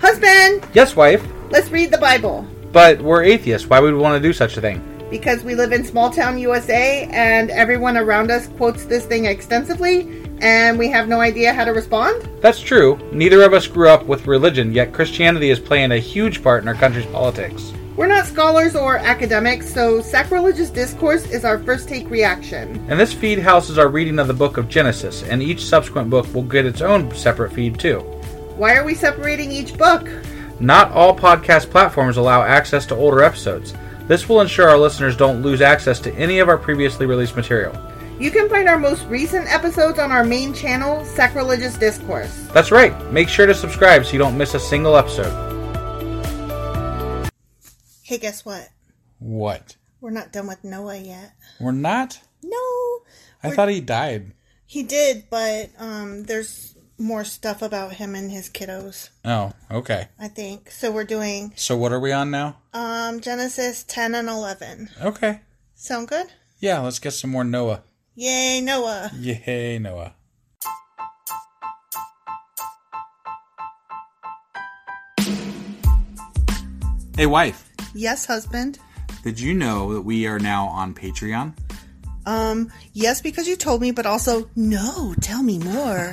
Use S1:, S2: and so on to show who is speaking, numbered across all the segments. S1: Husband,
S2: Yes, wife,
S1: let's read the Bible
S2: but we're atheists. Why would we want to do such a thing?
S1: because we live in small town USA and everyone around us quotes this thing extensively and we have no idea how to respond.
S2: That's true. Neither of us grew up with religion, yet Christianity is playing a huge part in our country's politics.
S1: We're not scholars or academics, so sacrilegious discourse is our first take reaction.
S2: And this feed houses our reading of the book of Genesis, and each subsequent book will get its own separate feed too.
S1: Why are we separating each book?
S2: Not all podcast platforms allow access to older episodes. This will ensure our listeners don't lose access to any of our previously released material.
S1: You can find our most recent episodes on our main channel, Sacrilegious Discourse.
S2: That's right, make sure to subscribe so you don't miss a single episode.
S1: Hey, guess what?
S3: What?
S1: We're not done with Noah yet.
S3: We're not?
S1: No,
S3: I thought he died.
S1: he did, but um, there's more stuff about him and his kiddos.
S3: Oh, okay.
S1: I think so. We're doing
S3: So what are we on now?
S1: um, Genesis 10 and 11.
S3: Okay.
S1: Sound good?
S3: Yeah, let's get some more Noah.
S1: Yay, Noah!
S3: Yay, Noah. Hey, wife.
S1: Yes, husband.
S3: Did you know that we are now on Patreon?
S1: Um, yes, because you told me, but also no. Tell me more.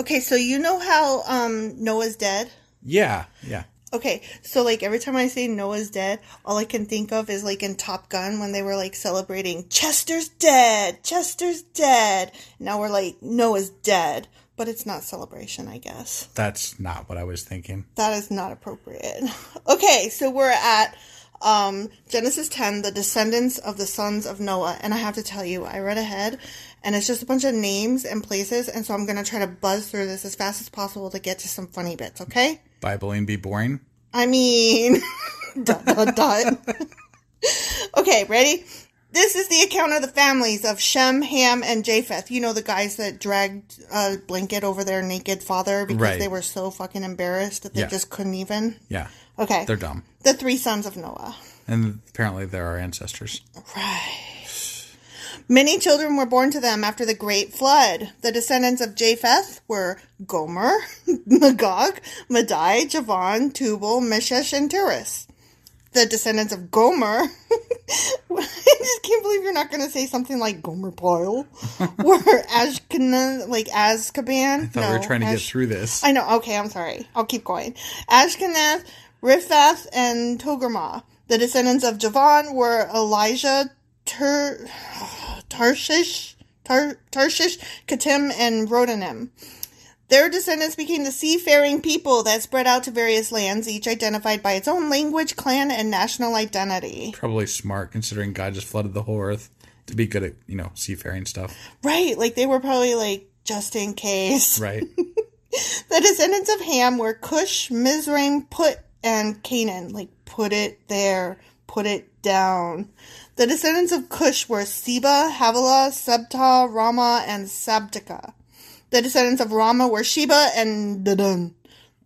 S1: Okay, so you know how um Noah's dead?
S3: Yeah, yeah.
S1: Okay, so like every time I say Noah's dead, all I can think of is like in Top Gun when they were like celebrating Chester's dead, Chester's dead. Now we're like Noah's dead, but it's not celebration, I guess.
S3: That's not what I was thinking.
S1: That is not appropriate. Okay, so we're at um, Genesis 10, the descendants of the sons of Noah. And I have to tell you, I read ahead and it's just a bunch of names and places. And so I'm going to try to buzz through this as fast as possible to get to some funny bits, okay?
S3: Bibling be boring.
S1: I mean, dot, dot, dot. okay, ready? This is the account of the families of Shem, Ham, and Japheth. You know, the guys that dragged a blanket over their naked father because
S3: Right.
S1: they were so fucking embarrassed that they
S3: Yeah.
S1: just couldn't even.
S3: Yeah,
S1: Okay.
S3: they're dumb.
S1: the three sons of Noah.
S3: And apparently they're our ancestors.
S1: Right. Many children were born to them after the great flood. The descendants of Japheth were Gomer, Magog, Madai, Javan, Tubal, Meshesh, and Tiras. The descendants of Gomer, I just can't believe you're not going to say something like Gomer Pyle, were Ashkenaz, like Azkaban.
S3: Thought we were trying to get through this.
S1: I know. Okay, I'm sorry. I'll keep going. Ashkenaz, Riphath, and Togarmah. The descendants of Javan were Elijah, Tur- Tarshish, Tar- Tarshish, Katim, and Rodanim. Their descendants became the seafaring people that spread out to various lands, each identified by its own language, clan, and national identity.
S3: Probably smart considering God just flooded the whole earth to be good at, you know, seafaring stuff.
S1: Right, like they were probably like, just in case.
S3: Right.
S1: The descendants of Ham were Cush, Mizraim, Put, and Canaan. Like, put it there, put it down. The descendants of Cush were Seba, Havilah, Sebta, Rama, and Sabtika. The descendants of Rama were Sheba and Dudun.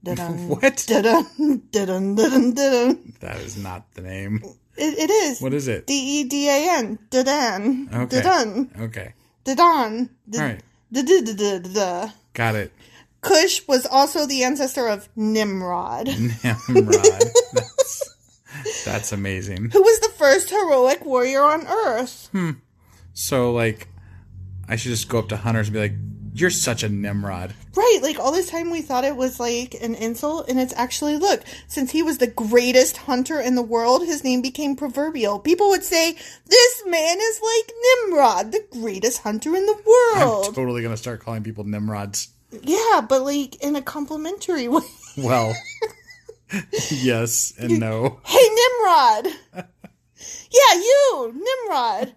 S1: Dudun.
S3: what?
S1: Dudun. Dudun. Dudun. Dudun.
S3: That is not the name.
S1: It, it is.
S3: What is it?
S1: D E D A N. Dudun.
S3: Okay.
S1: Dudun.
S3: Okay.
S1: Dudun.
S3: All right.
S1: Dudun.
S3: Got it.
S1: Cush was also the ancestor of Nimrod.
S3: Nimrod. That's, that's amazing.
S1: who was the first heroic warrior on earth.
S3: So, like, I should just go up to hunters and be like, You're such a Nimrod.
S1: Right, like all this time we thought it was like an insult, and it's actually, look, since he was the greatest hunter in the world, his name became proverbial. People would say, This man is like Nimrod, the greatest hunter in the
S3: I'm
S1: world.
S3: totally gonna start calling people Nimrods.
S1: yeah, but like in a complimentary way.
S3: Well, yes and no.
S1: Hey, Nimrod! yeah, you, Nimrod!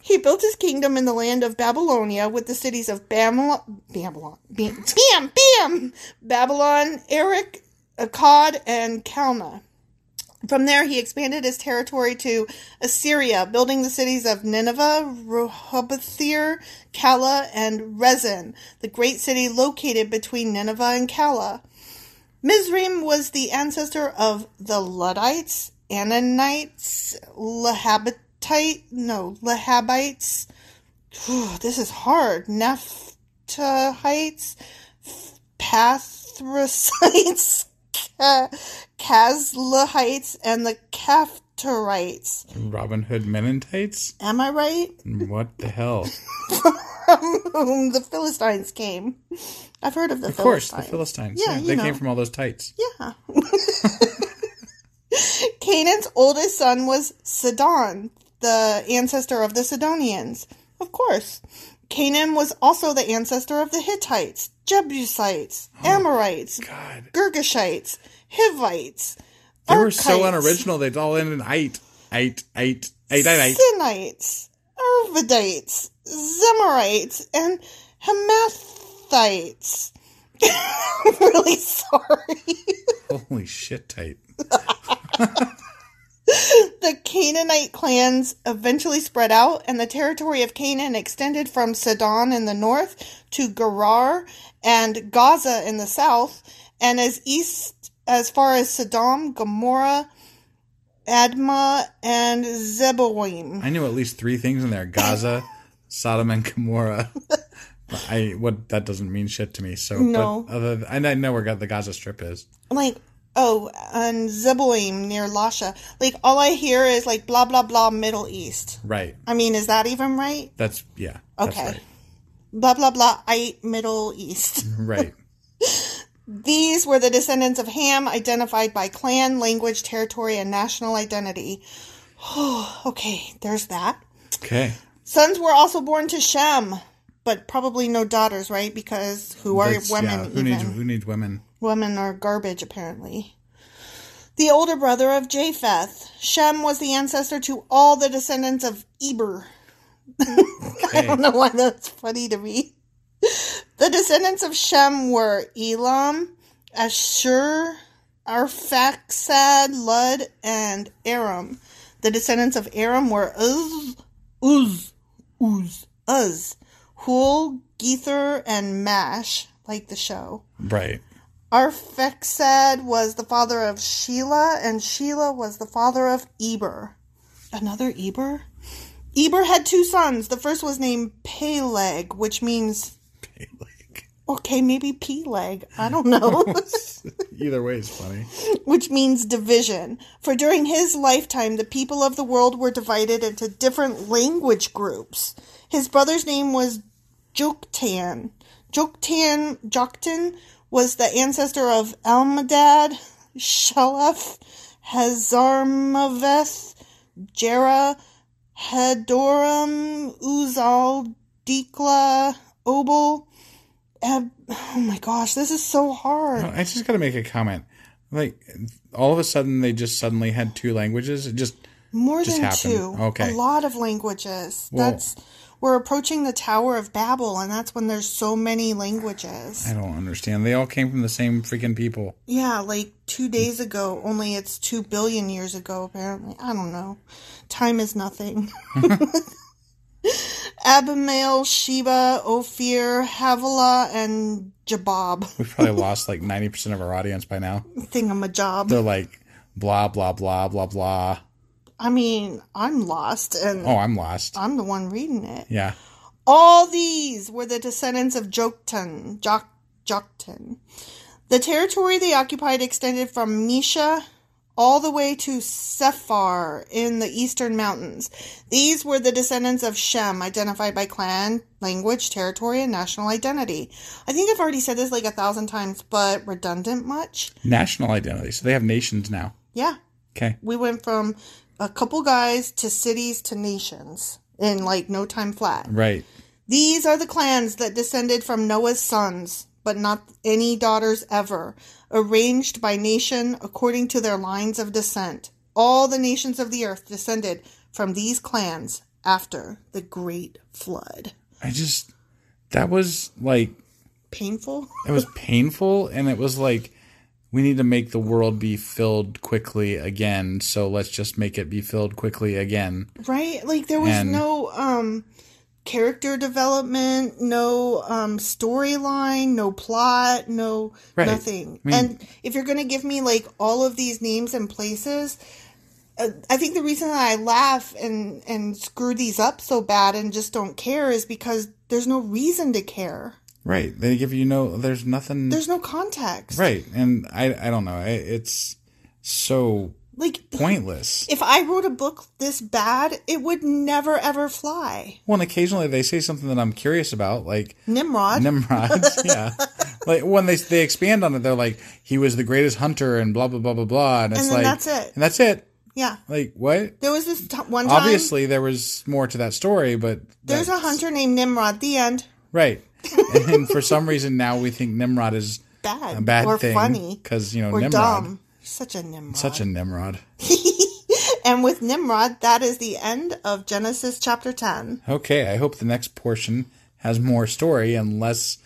S1: He built his kingdom in the land of Babylonia with the cities of Bamla- Babylon, Bam, Bam, Bam, Babylon, Eric, Akkad, and Kalna. From there, he expanded his territory to Assyria, building the cities of Nineveh, Rehobothir, Kala, and Rezin, the great city located between Nineveh and Kala. Mizraim was the ancestor of the Luddites, Ananites, Lahabite, no, Lahabites. Whew, this is hard. Naphtalites, Pathracites, Ka- Kazlahites, and the Kaftarites.
S3: Robin Hood Mennonites?
S1: Am I right?
S3: What the hell?
S1: Whom the Philistines came. I've heard of the
S3: Of course, the
S1: Philistines.
S3: Philistines.
S1: Yeah,
S3: Yeah,
S1: you
S3: they
S1: know.
S3: came from all those tights.
S1: Yeah. Canaan's oldest son was Sidon, the ancestor of the Sidonians. Of course. Canaan was also the ancestor of the Hittites, Jebusites, Amorites,
S3: Oh God,
S1: Girgashites, Hivites,
S3: they were so
S1: Arkites,
S3: unoriginal. They'd all end in ite, ite, ite, ite, ite, ite.
S1: Sinites, Arvidites, Zemorites, and Hamathites. I'm really sorry.
S3: Holy shit, tight.
S1: the Canaanite clans eventually spread out, and the territory of Canaan extended from Sidon in the north to Gerar and Gaza in the south, and as east as far as Sodom, Gomorrah, Admah, and Zeboim.
S3: I knew at least three things in there: Gaza, Sodom, and Gomorrah. But I what that doesn't mean shit to me. So
S1: No.
S3: but other th- and I know where Ga- the Gaza Strip is.
S1: like oh and Zeboim near Lasha. Like all I hear is like blah blah blah Middle East.
S3: Right.
S1: I mean, is that even right?
S3: That's yeah. That's
S1: Okay. Blah blah blah I Middle East.
S3: right. right.
S1: These were the descendants of Ham, identified by clan, language, territory, and national identity. okay, there's that.
S3: Okay.
S1: Sons were also born to Shem, but probably no daughters, right? Because who are
S3: That's-
S1: women?
S3: yeah, who
S1: even?
S3: needs who needs women?
S1: Women are garbage, apparently. The older brother of Japheth. Shem was the ancestor to all the descendants of Eber. I don't know why that's funny to me. The descendants of Shem were Elam, Ashur, Arphaxad, Lud, and Aram. The descendants of Aram were Uz, Uz, Uz, Uz, Hul, Gether, and Mash, like the show.
S3: Right.
S1: Arphaxad was the father of Shelah, and Shelah was the father of Eber. Another Eber? Eber had two sons. The first was named Peleg, which means,
S3: Like,
S1: okay, maybe Peleg. I don't know.
S3: either way is funny.
S1: which means division. For during his lifetime, the people of the world were divided into different language groups. His brother's name was Joktan. Joktan Joktan was the ancestor of Almadad, Shelef, Hazarmaveth, Jera, Hedoram, Uzal, Dikla, Obal. Ab- oh my gosh, this is so hard.
S3: I just got to make a comment. Like all of a sudden they just suddenly had two languages. It just
S1: More
S3: just
S1: than
S3: happened.
S1: two.
S3: Okay.
S1: A lot of languages.
S3: Well-
S1: that's we're approaching the Tower of Babel, and that's when there's so many languages.
S3: I don't understand. They all came from the same freaking people.
S1: Yeah, like two days ago, only it's two billion years ago, apparently. I don't know. Time is nothing. Abimael, Sheba, Ophir, Havilah, and Jabob.
S3: We've probably lost like 90% of our audience by now.
S1: Thingamajob.
S3: They're like blah blah blah blah blah.
S1: I mean, I'm lost, and
S3: Oh, I'm lost.
S1: I'm the one reading it.
S3: Yeah.
S1: All these were the descendants of Joktan. Jok, Joktan. The territory they occupied extended from Misha all the way to Sephar in the eastern mountains. These were the descendants of Shem, identified by clan, language, territory, and national identity. I think I've already said this like a thousand times, but redundant much?
S3: National identity. So they have nations now.
S1: Yeah.
S3: Okay.
S1: We went from a couple guys to cities to nations in like no time flat.
S3: Right.
S1: These are the clans that descended from Noah's sons, but not any daughters ever, arranged by nation according to their lines of descent. All the nations of the earth descended from these clans after the great flood.
S3: I just that was like
S1: Painful?
S3: it was painful and it was like we need to make the world be filled quickly again, so let's just make it be filled quickly again.
S1: Right? Like there was
S3: And-
S1: no um character development, no um storyline, no plot, no
S3: Right.
S1: nothing.
S3: I mean-
S1: and if you're going to give me like all of these names and places, uh, I think the reason that I laugh and and screw these up so bad and just don't care is because there's no reason to care.
S3: Right. They give you no there's nothing
S1: There's no context.
S3: Right. And I I don't know. I, it's so
S1: Like
S3: pointless.
S1: if I wrote a book this bad, it would never ever fly.
S3: Well, and occasionally they say something that I'm curious about, like
S1: Nimrod.
S3: Nimrod. yeah. Like when they they expand on it, they're like, he was the greatest hunter and blah blah blah blah blah. And it's
S1: And then
S3: like
S1: that's it.
S3: And that's it.
S1: yeah.
S3: Like what?
S1: There was this t- one time
S3: Obviously there was more to that story, but
S1: There's a
S3: that-
S1: hunter named Nimrod. The end.
S3: Right. and for some reason now we think Nimrod is
S1: Bad.
S3: a bad
S1: or
S3: thing.
S1: funny.
S3: Because, you know,
S1: or
S3: Nimrod.
S1: dumb. Such a Nimrod.
S3: Such a Nimrod.
S1: And with Nimrod, that is the end of Genesis chapter 10.
S3: Okay, I hope the next portion has more story and less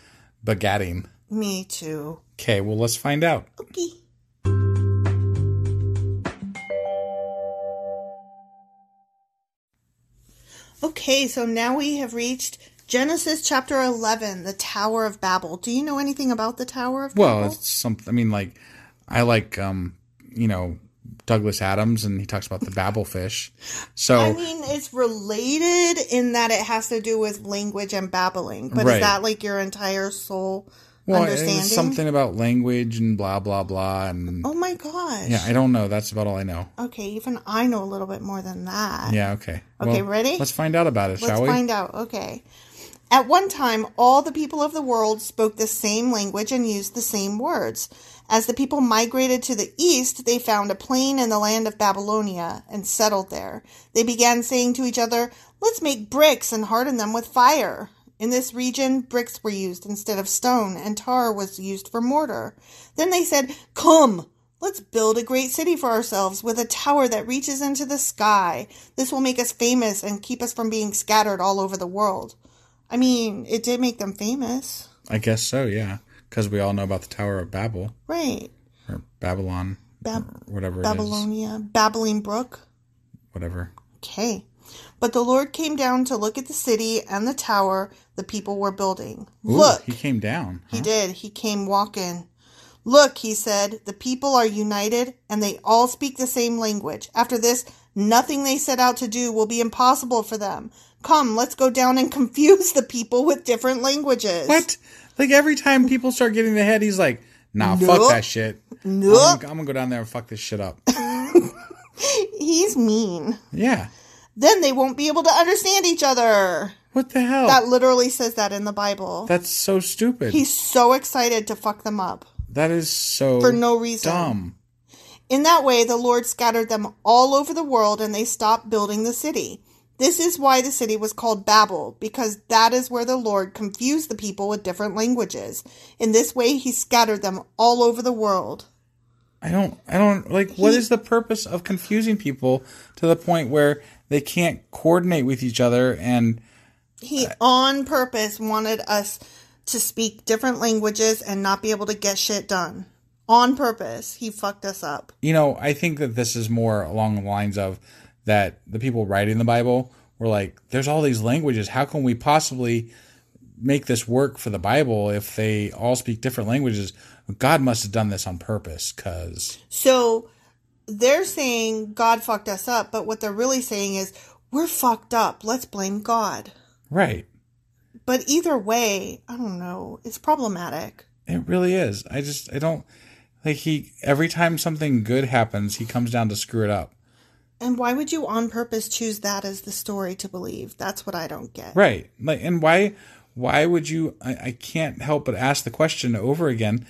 S3: begatting.
S1: Me too.
S3: Okay, well let's find out.
S1: Okay. Okay, so now we have reached Genesis chapter 11, the Tower of Babel. Do you know anything about the Tower of Babel?
S3: Well, it's something. I mean, like I like um, you know Douglas Adams, and he talks about the Babel fish. So
S1: I mean, it's related in that it has to do with language and babbling, but is
S3: Right.
S1: that like your entire soul
S3: well, it-
S1: understanding?
S3: it's something about language and blah blah blah, and
S1: Oh my gosh.
S3: yeah, I don't know. That's about all I know.
S1: okay, even I know a little bit more than that.
S3: Yeah, okay.
S1: Okay, ready?
S3: Let's find out about it,
S1: Let's
S3: shall we?
S1: find out. Okay. At one time, all the people of the world spoke the same language and used the same words. As the people migrated to the east, they found a plain in the land of Babylonia and settled there. They began saying to each other, Let's make bricks and harden them with fire. In this region, bricks were used instead of stone, and tar was used for mortar. Then they said, Come, Let's build a great city for ourselves with a tower that reaches into the sky. This will make us famous and keep us from being scattered all over the world. I mean, it did make them famous.
S3: I guess so. Yeah, because we all know about the Tower of Babel
S1: Right.
S3: or Babylon,
S1: Bab-
S3: or whatever it is,
S1: Babylonia, Babbling Brook.
S3: whatever.
S1: Okay. But the Lord came down to look at the city and the tower the people were building.
S3: Ooh,
S1: Look,
S3: he came down.
S1: He did. He came walking. Look, he said, the people are united and they all speak the same language. After this, nothing they set out to do will be impossible for them. Come, let's go down and confuse the people with different languages.
S3: What? Like every time people start getting the head, he's like, "Nah, fuck
S1: Nope.
S3: that shit. I'm,
S1: Nope.
S3: gonna- I'm gonna go down there and fuck this shit up."
S1: He's mean.
S3: Yeah.
S1: Then they won't be able to understand each other.
S3: What the hell?
S1: That literally says that in the Bible.
S3: That's so stupid.
S1: He's so excited to fuck them up
S3: that is so
S1: for no reason.
S3: dumb.
S1: In that way, the Lord scattered them all over the world and they stopped building the city. This is why the city was called Babel, because that is where the Lord confused the people with different languages. In this way, he scattered them all over the world.
S3: I don't. I don't like. what
S1: He-
S3: is the purpose of confusing people to the point where they can't coordinate with each other? And
S1: He, on purpose, wanted us to speak different languages and not be able to get shit done. On purpose, he fucked us up.
S3: you know, I think that this is more along the lines of that the people writing the Bible were like, "There's all these languages. How can we possibly make this work for the Bible if they all speak different languages?" God must have done this on purpose, because
S1: So they're saying God fucked us up, but what they're really saying is, we're fucked up. Let's blame God.
S3: right.
S1: But either way, I don't know. It's problematic.
S3: It really is. I just I don't Like he every time something good happens, he comes down to screw it up.
S1: And why would you on purpose choose that as the story to believe? That's what I don't get.
S3: Right. Like and why why would you I, I can't help but ask the question over again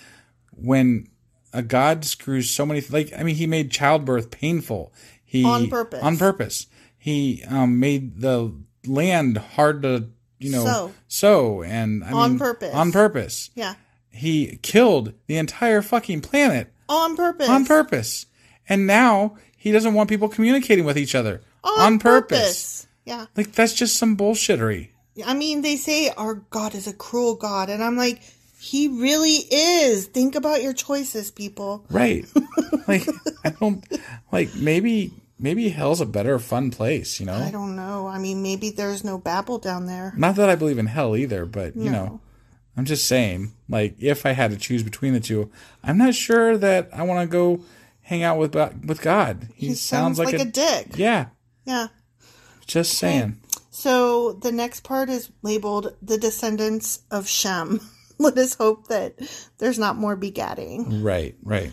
S3: when a god screws so many like I mean he made childbirth painful. He
S1: On purpose.
S3: On purpose. He um made the land hard to you know
S1: Sow.
S3: sow and I
S1: On
S3: mean,
S1: purpose.
S3: On purpose.
S1: Yeah.
S3: He killed the entire fucking planet
S1: On purpose.
S3: on purpose. And now he doesn't want people communicating with each other
S1: On, purpose. Yeah.
S3: Like that's just some bullshittery.
S1: I mean, they say our God is a cruel God. And I'm like, he really is. Think about your choices, people.
S3: Right. like I don't like maybe maybe hell's a better fun place, you know?
S1: I don't know. I mean, maybe there's no Babel down there.
S3: Not that I believe in hell either, but you know,
S1: No.
S3: I'm just saying, like if I had to choose between the two, I'm not sure that I want to go hang out with Bo- with God. He,
S1: He
S3: sounds, like, a,
S1: dick.
S3: Yeah,
S1: Yeah.
S3: just saying.
S1: So the next part is labeled the descendants of Shem. Let us hope that there's not more begatting.
S3: Right, right.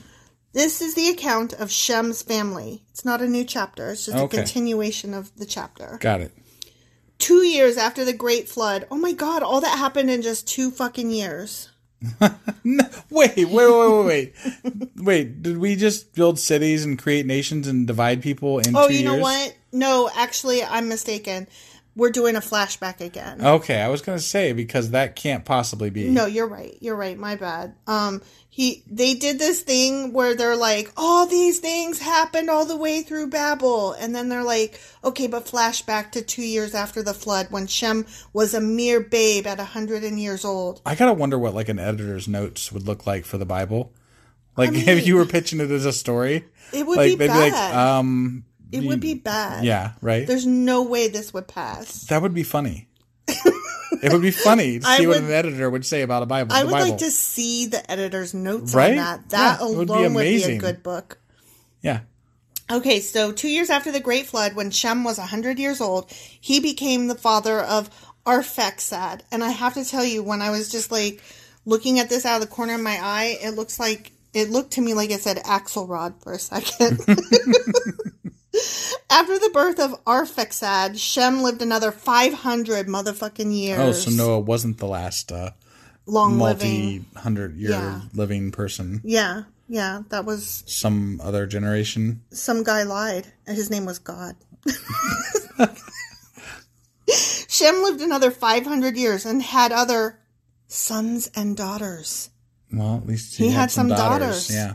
S1: This is the account of Shem's family. It's not a new chapter, it's just
S3: Okay.
S1: a continuation of the chapter.
S3: Got it.
S1: Two years after the Great Flood. Oh my God, all that happened in just two fucking years.
S3: Wait, wait, wait, wait, wait. wait, did we just build cities and create nations and divide people in
S1: Oh,
S3: two
S1: you know
S3: years?
S1: what? No, actually, I'm mistaken. We're doing a flashback again.
S3: Okay, I was gonna say because that can't possibly be.
S1: No, you're right. You're right. My bad. Um, he they did this thing where they're like, all these things happened all the way through Babel, and then they're like, okay, but flashback to two years after the flood when Shem was a mere babe at a hundred and years old.
S3: I gotta wonder what like an editor's notes would look like for the Bible. Like if you were pitching it as a story,
S1: It would
S3: like
S1: be
S3: they'd
S1: bad.
S3: be like, um,
S1: it would be bad.
S3: yeah, right.
S1: There's no way this would pass.
S3: That would be funny. it would be funny to
S1: I
S3: see what
S1: would-
S3: an editor would say about a Bible.
S1: I
S3: the
S1: would
S3: Bible.
S1: like to see the editor's notes
S3: Right?
S1: on that. That
S3: Yeah, it
S1: alone
S3: would be
S1: would be a
S3: amazing.
S1: good book.
S3: yeah,
S1: Okay, so two years after the Great Flood, when Shem was 100 years old, he became the father of Arphaxad. And I have to tell you, when I was just like looking at this out of the corner of my eye, it looks like it looked to me like it said Axelrod for a second. after the birth of Arphaxad, Shem lived another 500 motherfucking years.
S3: Oh, so Noah wasn't the last uh,
S1: long living.
S3: multi-hundred year
S1: Yeah.
S3: living person.
S1: Yeah, yeah, that was
S3: Some other generation.
S1: some guy lied and his name was god shem lived another 500 years and had other sons and daughters
S3: Well, at least he,
S1: He
S3: had,
S1: had
S3: some
S1: some
S3: daughters.
S1: daughters.
S3: Yeah,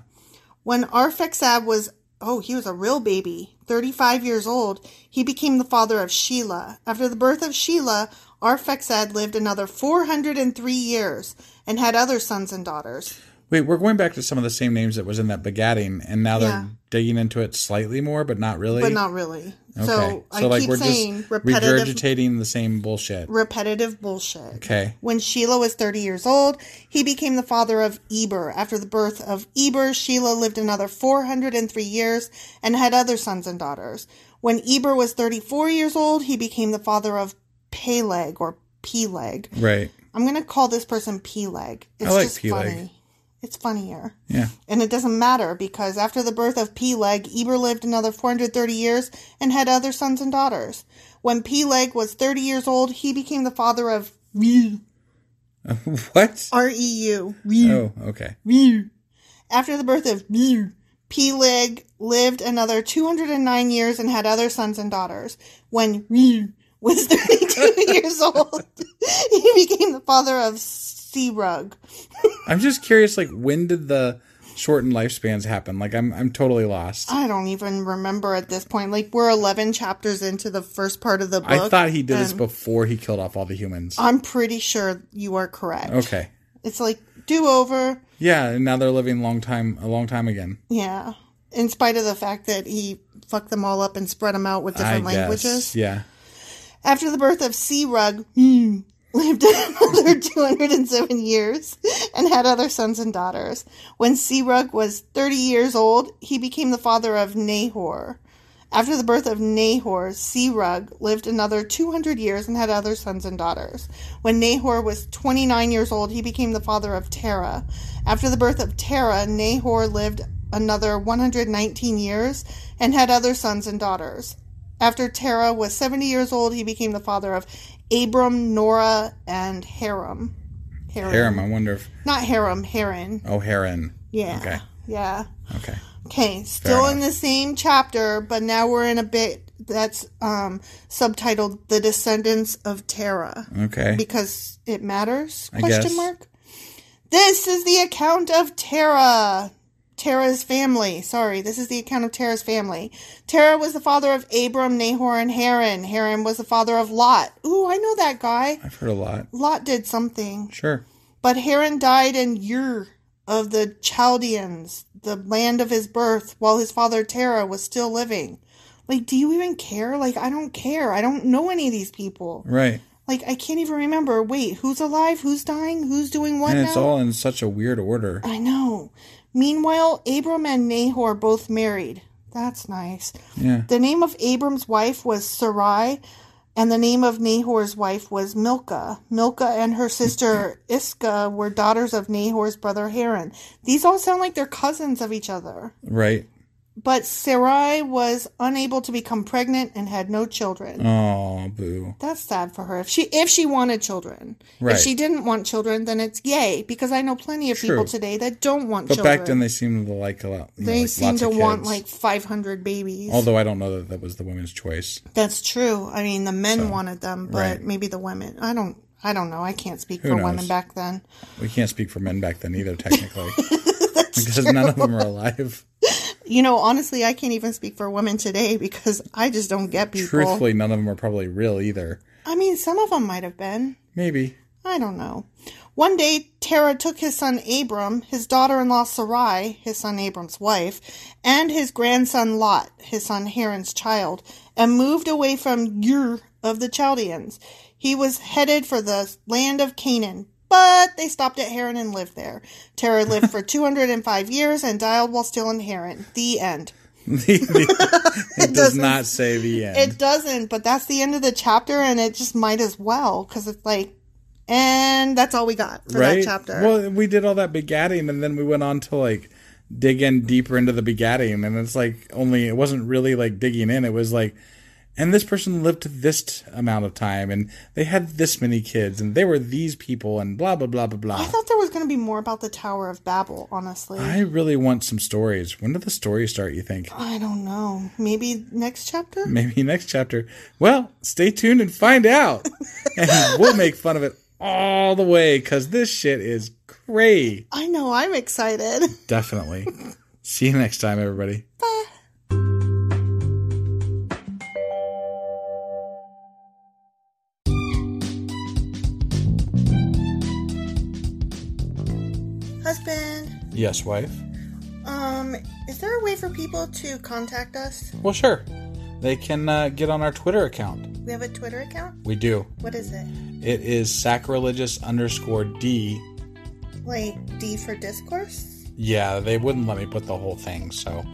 S1: when arphaxad was oh he was a real baby 35 years old he became the father of shelah after the birth of shelah arphaxad lived another 403 years and had other sons and daughters
S3: Wait, we're going back to some of the same names that was in that begatting, and now
S1: Yeah.
S3: they're digging into it slightly more, but not really.
S1: but not really
S3: okay.
S1: so, i keep saying repetitive
S3: regurgitating the same bullshit.
S1: repetitive bullshit
S3: Okay,
S1: When Sheila was 30 years old, he became the father of Eber. After the birth of Eber, Sheila lived another 403 years and had other sons and daughters. When Eber was 34 years old, he became the father of Peleg or Peleg.
S3: right?
S1: I'm going to call this person Peleg. It's
S3: like
S1: just
S3: Peleg.
S1: funny. It's funnier.
S3: Yeah,
S1: And it doesn't matter because after the birth of Peleg, Eber lived another 430 years and had other sons and daughters. When Peleg was 30 years old, he became the father of Reu.
S3: what?
S1: R E U.
S3: Oh, okay.
S1: After the birth of Peleg lived another 209 years and had other sons and daughters. When was 32 years old, he became the father of Serug.
S3: I'm just curious, like, when did the shortened lifespans happen? Like, I'm I'm totally lost.
S1: I don't even remember at this point. Like, we're 11 chapters into the first part of the book.
S3: I thought he did this
S1: and
S3: before he killed off all the humans.
S1: I'm pretty sure you are correct.
S3: Okay.
S1: It's like, do over.
S3: Yeah, and now they're living long time a long time again.
S1: Yeah. In spite of the fact that he fucked them all up and spread them out with different
S3: I
S1: languages.
S3: guess. Yeah.
S1: After the birth of Serug, mm. lived another 207 years and had other sons and daughters. When Serug was 30 years old, he became the father of Nahor. After the birth of Nahor, Serug lived another 200 years and had other sons and daughters. When Nahor was 29 years old, he became the father of Terah. After the birth of Terah, Nahor lived another 119 years and had other sons and daughters. After Terah was 70 years old, he became the father of Abram, Norah, and Haram. Haran.
S3: Harem. I wonder if
S1: Not Haram, Haran.
S3: oh Heron.
S1: Yeah.
S3: Okay.
S1: Yeah.
S3: Okay.
S1: Okay, still in the same chapter, but now we're in a bit that's um, subtitled "The Descendants of Terra"
S3: Okay.
S1: because it matters?
S3: I
S1: question
S3: guess.
S1: mark. This is the account of Terra. Terra's family. Sorry, this is the account of Terra's family. Terra was the father of Abram, Nahor, and Haran. Haran was the father of Lot. Ooh, I know that guy.
S3: I've heard a lot.
S1: Lot did something.
S3: Sure.
S1: But Haran died in Ur of the Chaldeans, the land of his birth, while his father Terah was still living. Like, do you even care? Like, I don't care. I don't know any of these people.
S3: Right.
S1: Like, I can't even remember. Wait, who's alive? Who's dying? Who's doing what
S3: And
S1: now?
S3: it's all in such a weird order.
S1: I know. Meanwhile, Abram and Nahor both married. That's nice.
S3: Yeah.
S1: The name of Abram's wife was Sarai, and the name of Nahor's wife was Milcah. Milcah and her sister Iscah were daughters of Nahor's brother Haran. These all sound like they're cousins of each other.
S3: Right.
S1: But Sarai was unable to become pregnant and had no children.
S3: Oh, boo.
S1: That's sad for her. If she if she wanted children,
S3: Right.
S1: if she didn't want children, then it's yay because I know plenty of people
S3: True.
S1: today that don't want
S3: But
S1: children.
S3: back then they seemed to like a lot. you know,
S1: they
S3: like
S1: seem
S3: lots
S1: to
S3: of
S1: want
S3: kids.
S1: like 500 babies.
S3: Although I don't know that that was the women's choice.
S1: That's true. I mean, the men wanted them, but
S3: right.
S1: maybe the women. I don't. I don't know. I can't speak
S3: Who
S1: for
S3: knows?
S1: women back then.
S3: We can't speak for men back then either, technically, because none of them are alive.
S1: You know, honestly, I can't even speak for women today because I just don't get people.
S3: Truthfully, none of them are probably real either.
S1: I mean, some of them might have been.
S3: Maybe.
S1: I don't know. One day, Terah took his son Abram, his daughter in law Sarai, his son Abram's wife, and his grandson Lot, his son Haran's child, and moved away from Ur of the Chaldeans. He was headed for the land of Canaan, but they stopped at Haran and lived there. Terah lived for 205 years and died while still in Haran. The end.
S3: it does not say the end.
S1: It doesn't, but that's the end of the chapter, and it just might as well, because it's like, and that's all we got for
S3: right?
S1: that chapter.
S3: Well, we did all that begatting, and then we went on to like dig in deeper into the begatting, and it's like only it wasn't really like digging in. It was like, and this person lived to this t- amount of time, and they had this many kids, and they were these people, and blah blah blah blah
S1: I
S3: blah.
S1: thought there was going to be more about the Tower of Babel, honestly.
S3: I really want some stories. When did the stories start? You think?
S1: I don't know. Maybe next chapter?
S3: Maybe next chapter. Well, stay tuned and find out, and we'll make fun of it all the way because this shit is cray.
S1: I know, I'm excited.
S3: Definitely. See you next time, everybody.
S1: Husband,
S3: Yes, wife.
S1: um, is there a way for people to contact us?
S3: Well, sure. They can uh, get on our Twitter account.
S1: We have a Twitter account?
S3: We do.
S1: What is it?
S3: It is sacrilegious underscore D.
S1: Like D for discourse?
S3: Yeah, they wouldn't let me put the whole thing, so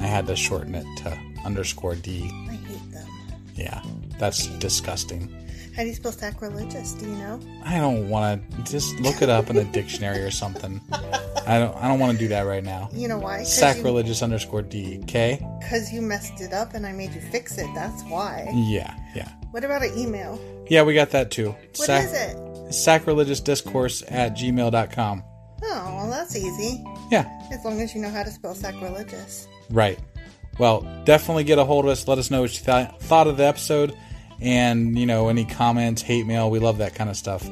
S3: I had to shorten it to underscore D.
S1: I hate them.
S3: Yeah, that's disgusting.
S1: How do you spell sacrilegious? Do you know?
S3: I don't want to just look it up in a dictionary or something. I don't. I don't want to do that right now.
S1: You know why?
S3: Sacrilegious underscore D. Okay.
S1: Because you messed it up and I made you fix it. That's why.
S3: Yeah. Yeah.
S1: What about an email?
S3: Yeah, we got that too.
S1: What is it?
S3: sacrilegiousdiscourse at gmail.com.
S1: Oh, well, that's easy.
S3: Yeah,
S1: As long as you know how to spell sacrilegious.
S3: right. Well, definitely get a hold of us. Let us know what you th- thought of the episode and, you know, any comments, hate mail. We love that kind of stuff.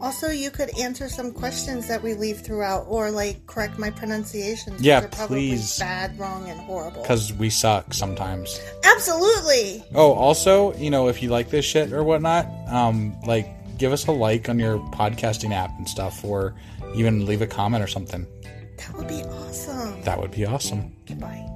S1: Also, you could answer some questions that we leave throughout, or like correct my pronunciations. which
S3: Yeah,
S1: are probably
S3: please.
S1: Bad, wrong, and horrible.
S3: Because we suck sometimes.
S1: Absolutely.
S3: Oh, also, you know, if you like this shit or whatnot, um, like, give us a like on your podcasting app and stuff, or even leave a comment or something.
S1: That would be awesome.
S3: That would be awesome.
S1: Goodbye.